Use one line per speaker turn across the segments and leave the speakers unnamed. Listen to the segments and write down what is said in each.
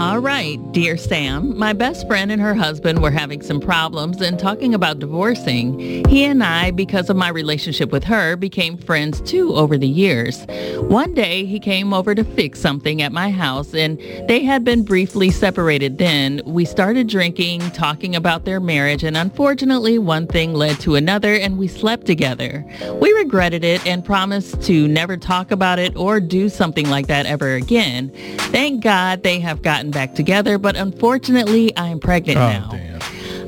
All right, dear Sam, my best friend and her husband were having some problems and talking about divorcing. He and I, because of my relationship with her, became friends too over the years. One day, he came over to fix something at my house and they had been briefly separated then. We started drinking, talking about their marriage, and unfortunately, one thing led to another and we slept together. We regretted it and promised to never talk about it or do something like that ever again. Thank God they have gotten back together, but unfortunately, I am pregnant now.
damn.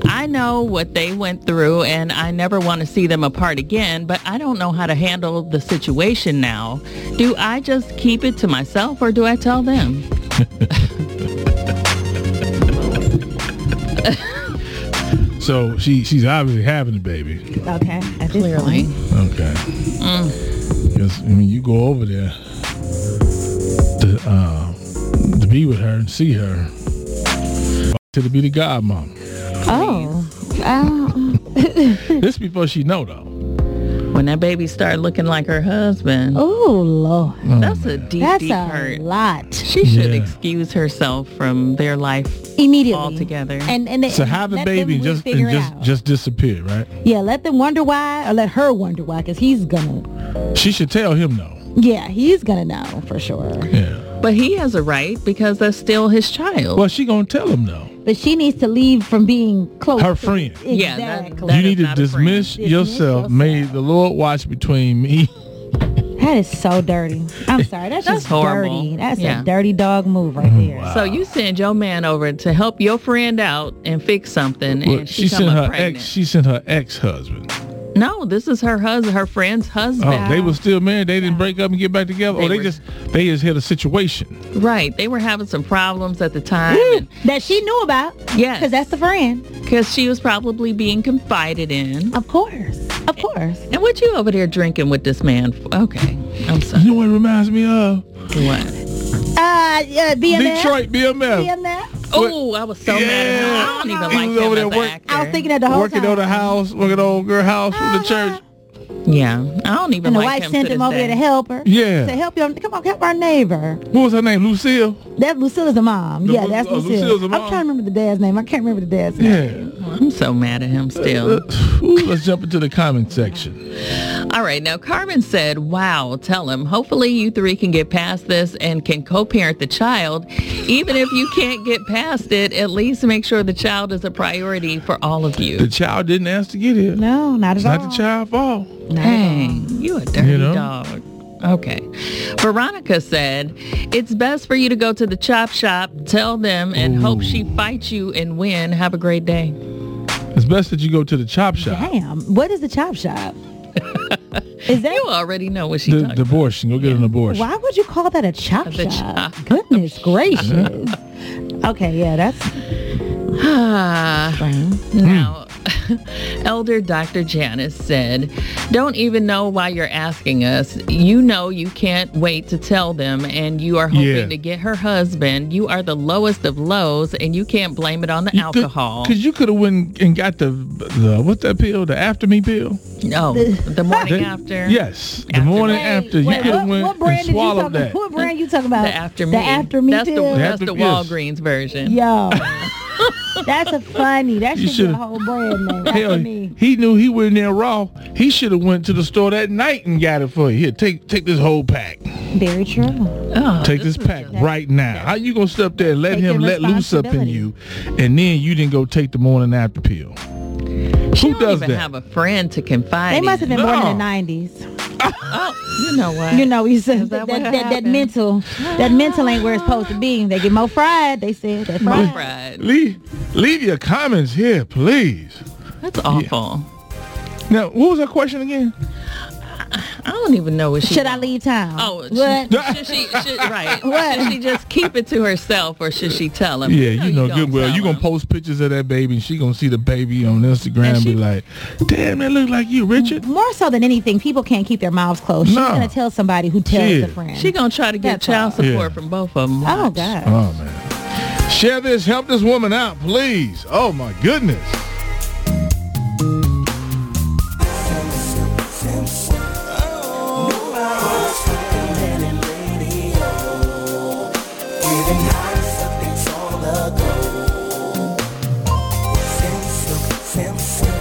I know what they went through and I never want to see them apart again, but I don't know how to handle the situation now. Do I just keep it to myself or do I tell them?
So she she's obviously having a baby.
Okay. At this
Clearly.
point.
Okay.
Mm.
Because I mean, you go over there to uh, to be with her and see her. To be the godmom.
Oh. Uh,
Hmm.
This before she know though.
When that baby started looking like her husband,
oh Lord.
that's a deep,
That's
deep
a
hurt.
lot.
She should
Yeah.
excuse herself from their life.
Immediately.
Altogether.
And and
So have a
let
baby and
them
just
figure
and
it
just
out.
just disappear, right?
yeah. Let them wonder why, or let her wonder why, because he's gonna.
She should tell him though.
Yeah, he's gonna know for sure.
Hmm.
Yeah.
But he has a right because that's still his child.
Well, she gonna tell him though.
But she needs to leave from being close.
Her
to-
friend.
Exactly.
Yeah, that- that-
you
is
need to
not a friend.
dismiss
Dismiss
yourself.
yourself.
May the Lord watch between me.
that is so dirty. I'm sorry. That's,
That's
just
horrible.
dirty. That's
Yeah.
a dirty dog move right
Mm,
there.
so you send your man over to help your friend out and fix something,
Well,
and she,
she
come
sent
up
her
pregnant.
ex. She sent her ex husband.
no, this is her husband, her friend's husband.
Oh, they were still married. They didn't break up and get back together.
They
oh, they
were-
just they just had a situation.
Right. They were having some problems at the time.
Ooh, that she knew about.
Yes.
Because that's the friend.
Because she was probably being confided in.
Of course. Of course.
And what you over there drinking with this man for? Okay. I'm sorry.
You know what it reminds me of?
What?
Uh, uh BMF.
Detroit BMF.
BMF.
Oh, I was so mad at him. I don't
Yeah.
even
He
like
was
him
over
as
there
an
work-
actor.
I was thinking that the whole
working
time. Uh-huh.
on the house, working on old girl house from the church.
Yeah. I don't even
And the
like
wife
him
sent
to
him
this
over there
day.
to help her.
Yeah.
To help him. Come on, help our neighbor.
What was her name? Lucille.
That Lucilla's a mom.
The
yeah,
Lu-
that's
oh,
Lucilla.
Lucilla's a mom.
I'm trying to remember the dad's name. I can't remember the dad's name.
Yeah.
I'm so mad at him still.
Uh-huh.
Ooh, let's jump into the comment section.
All right, now Carmen said, wow, tell him, hopefully you three can get past this and can co-parent the child. Even if you can't get past it, at least make sure the child is a priority for all of you.
The child didn't ask to get here.
No, not at
It's not
all.
the child's fault.
Not at all.
Dang, you a dirty
You know?
dog. Okay. Veronica said, it's best for you to go to the chop shop, tell them, and hope she fights you and win. Have a great day.
It's best that you go to the chop shop.
Damn. What is the chop shop? is that
You already know what she
The,
talking
the abortion. Go get an abortion.
why would you call that a chop
The
shop? Goodness gracious. okay, yeah, that's
Ah, now, Elder Dr. Janice said, don't even know why you're asking us. You know you can't wait to tell them, and you are hoping
Yeah.
to get her husband. You are the lowest of lows, and you can't blame it on the alcohol.
Because you could have went and got the, the, what's that pill? The after me pill?
No, the morning
They-
after.
Yes, the
After.
morning
Wait,
after. You
Wait,
could have
what,
went
what brand
and
did you talking
swallowed
about?
that.
What brand you talking about?
The after me.
The after me
That's the,
pill?
that's
After-
the
yes.
Walgreens version.
Yo. that's a funny. That
You
should be
should've-
a whole brand name.
Hell,
After me.
he knew he went in there raw. He should have went to the store that night and got it for you. Here, take take this whole pack.
Very true.
Oh,
Take this
is
pack
just-
right now. How you gonna sit up there and let
Taking
him let loose up in
responsibility.
you, and then you didn't go take the morning after pill?
She
Who
don't
does
even
that?
have a friend to confide
They must
in.
have been born
No.
in the 90s.
Oh, you know what?
You know, we said
that
that,
what
that, that,
happened?
mental, that mental ain't where it's supposed to be. They get more fried, they said. That's
More
right.
fried.
Leave leave your comments here, please.
That's awful.
Now, what was that question again?
I don't even know what she
Should I
wants.
leave town?
Oh,
what?
should, should she? Should, right? Should she just keep it to herself, or should she tell him?
Yeah, you know
don't
good well.
tell
You gonna
him.
post pictures of that baby, and she gonna see the baby on Instagram and,
And she-
be like, "Damn, that look like you, Richard."
More so than anything, people can't keep their mouths closed. She's
No.
going to tell somebody who tells
Shit.
a friend.
She gonna try to get
That's
child
all.
support
Yeah.
from both of them.
oh, God.
Oh man. Share this, help this woman out, please. Oh my goodness.
Getting high, something Simpson.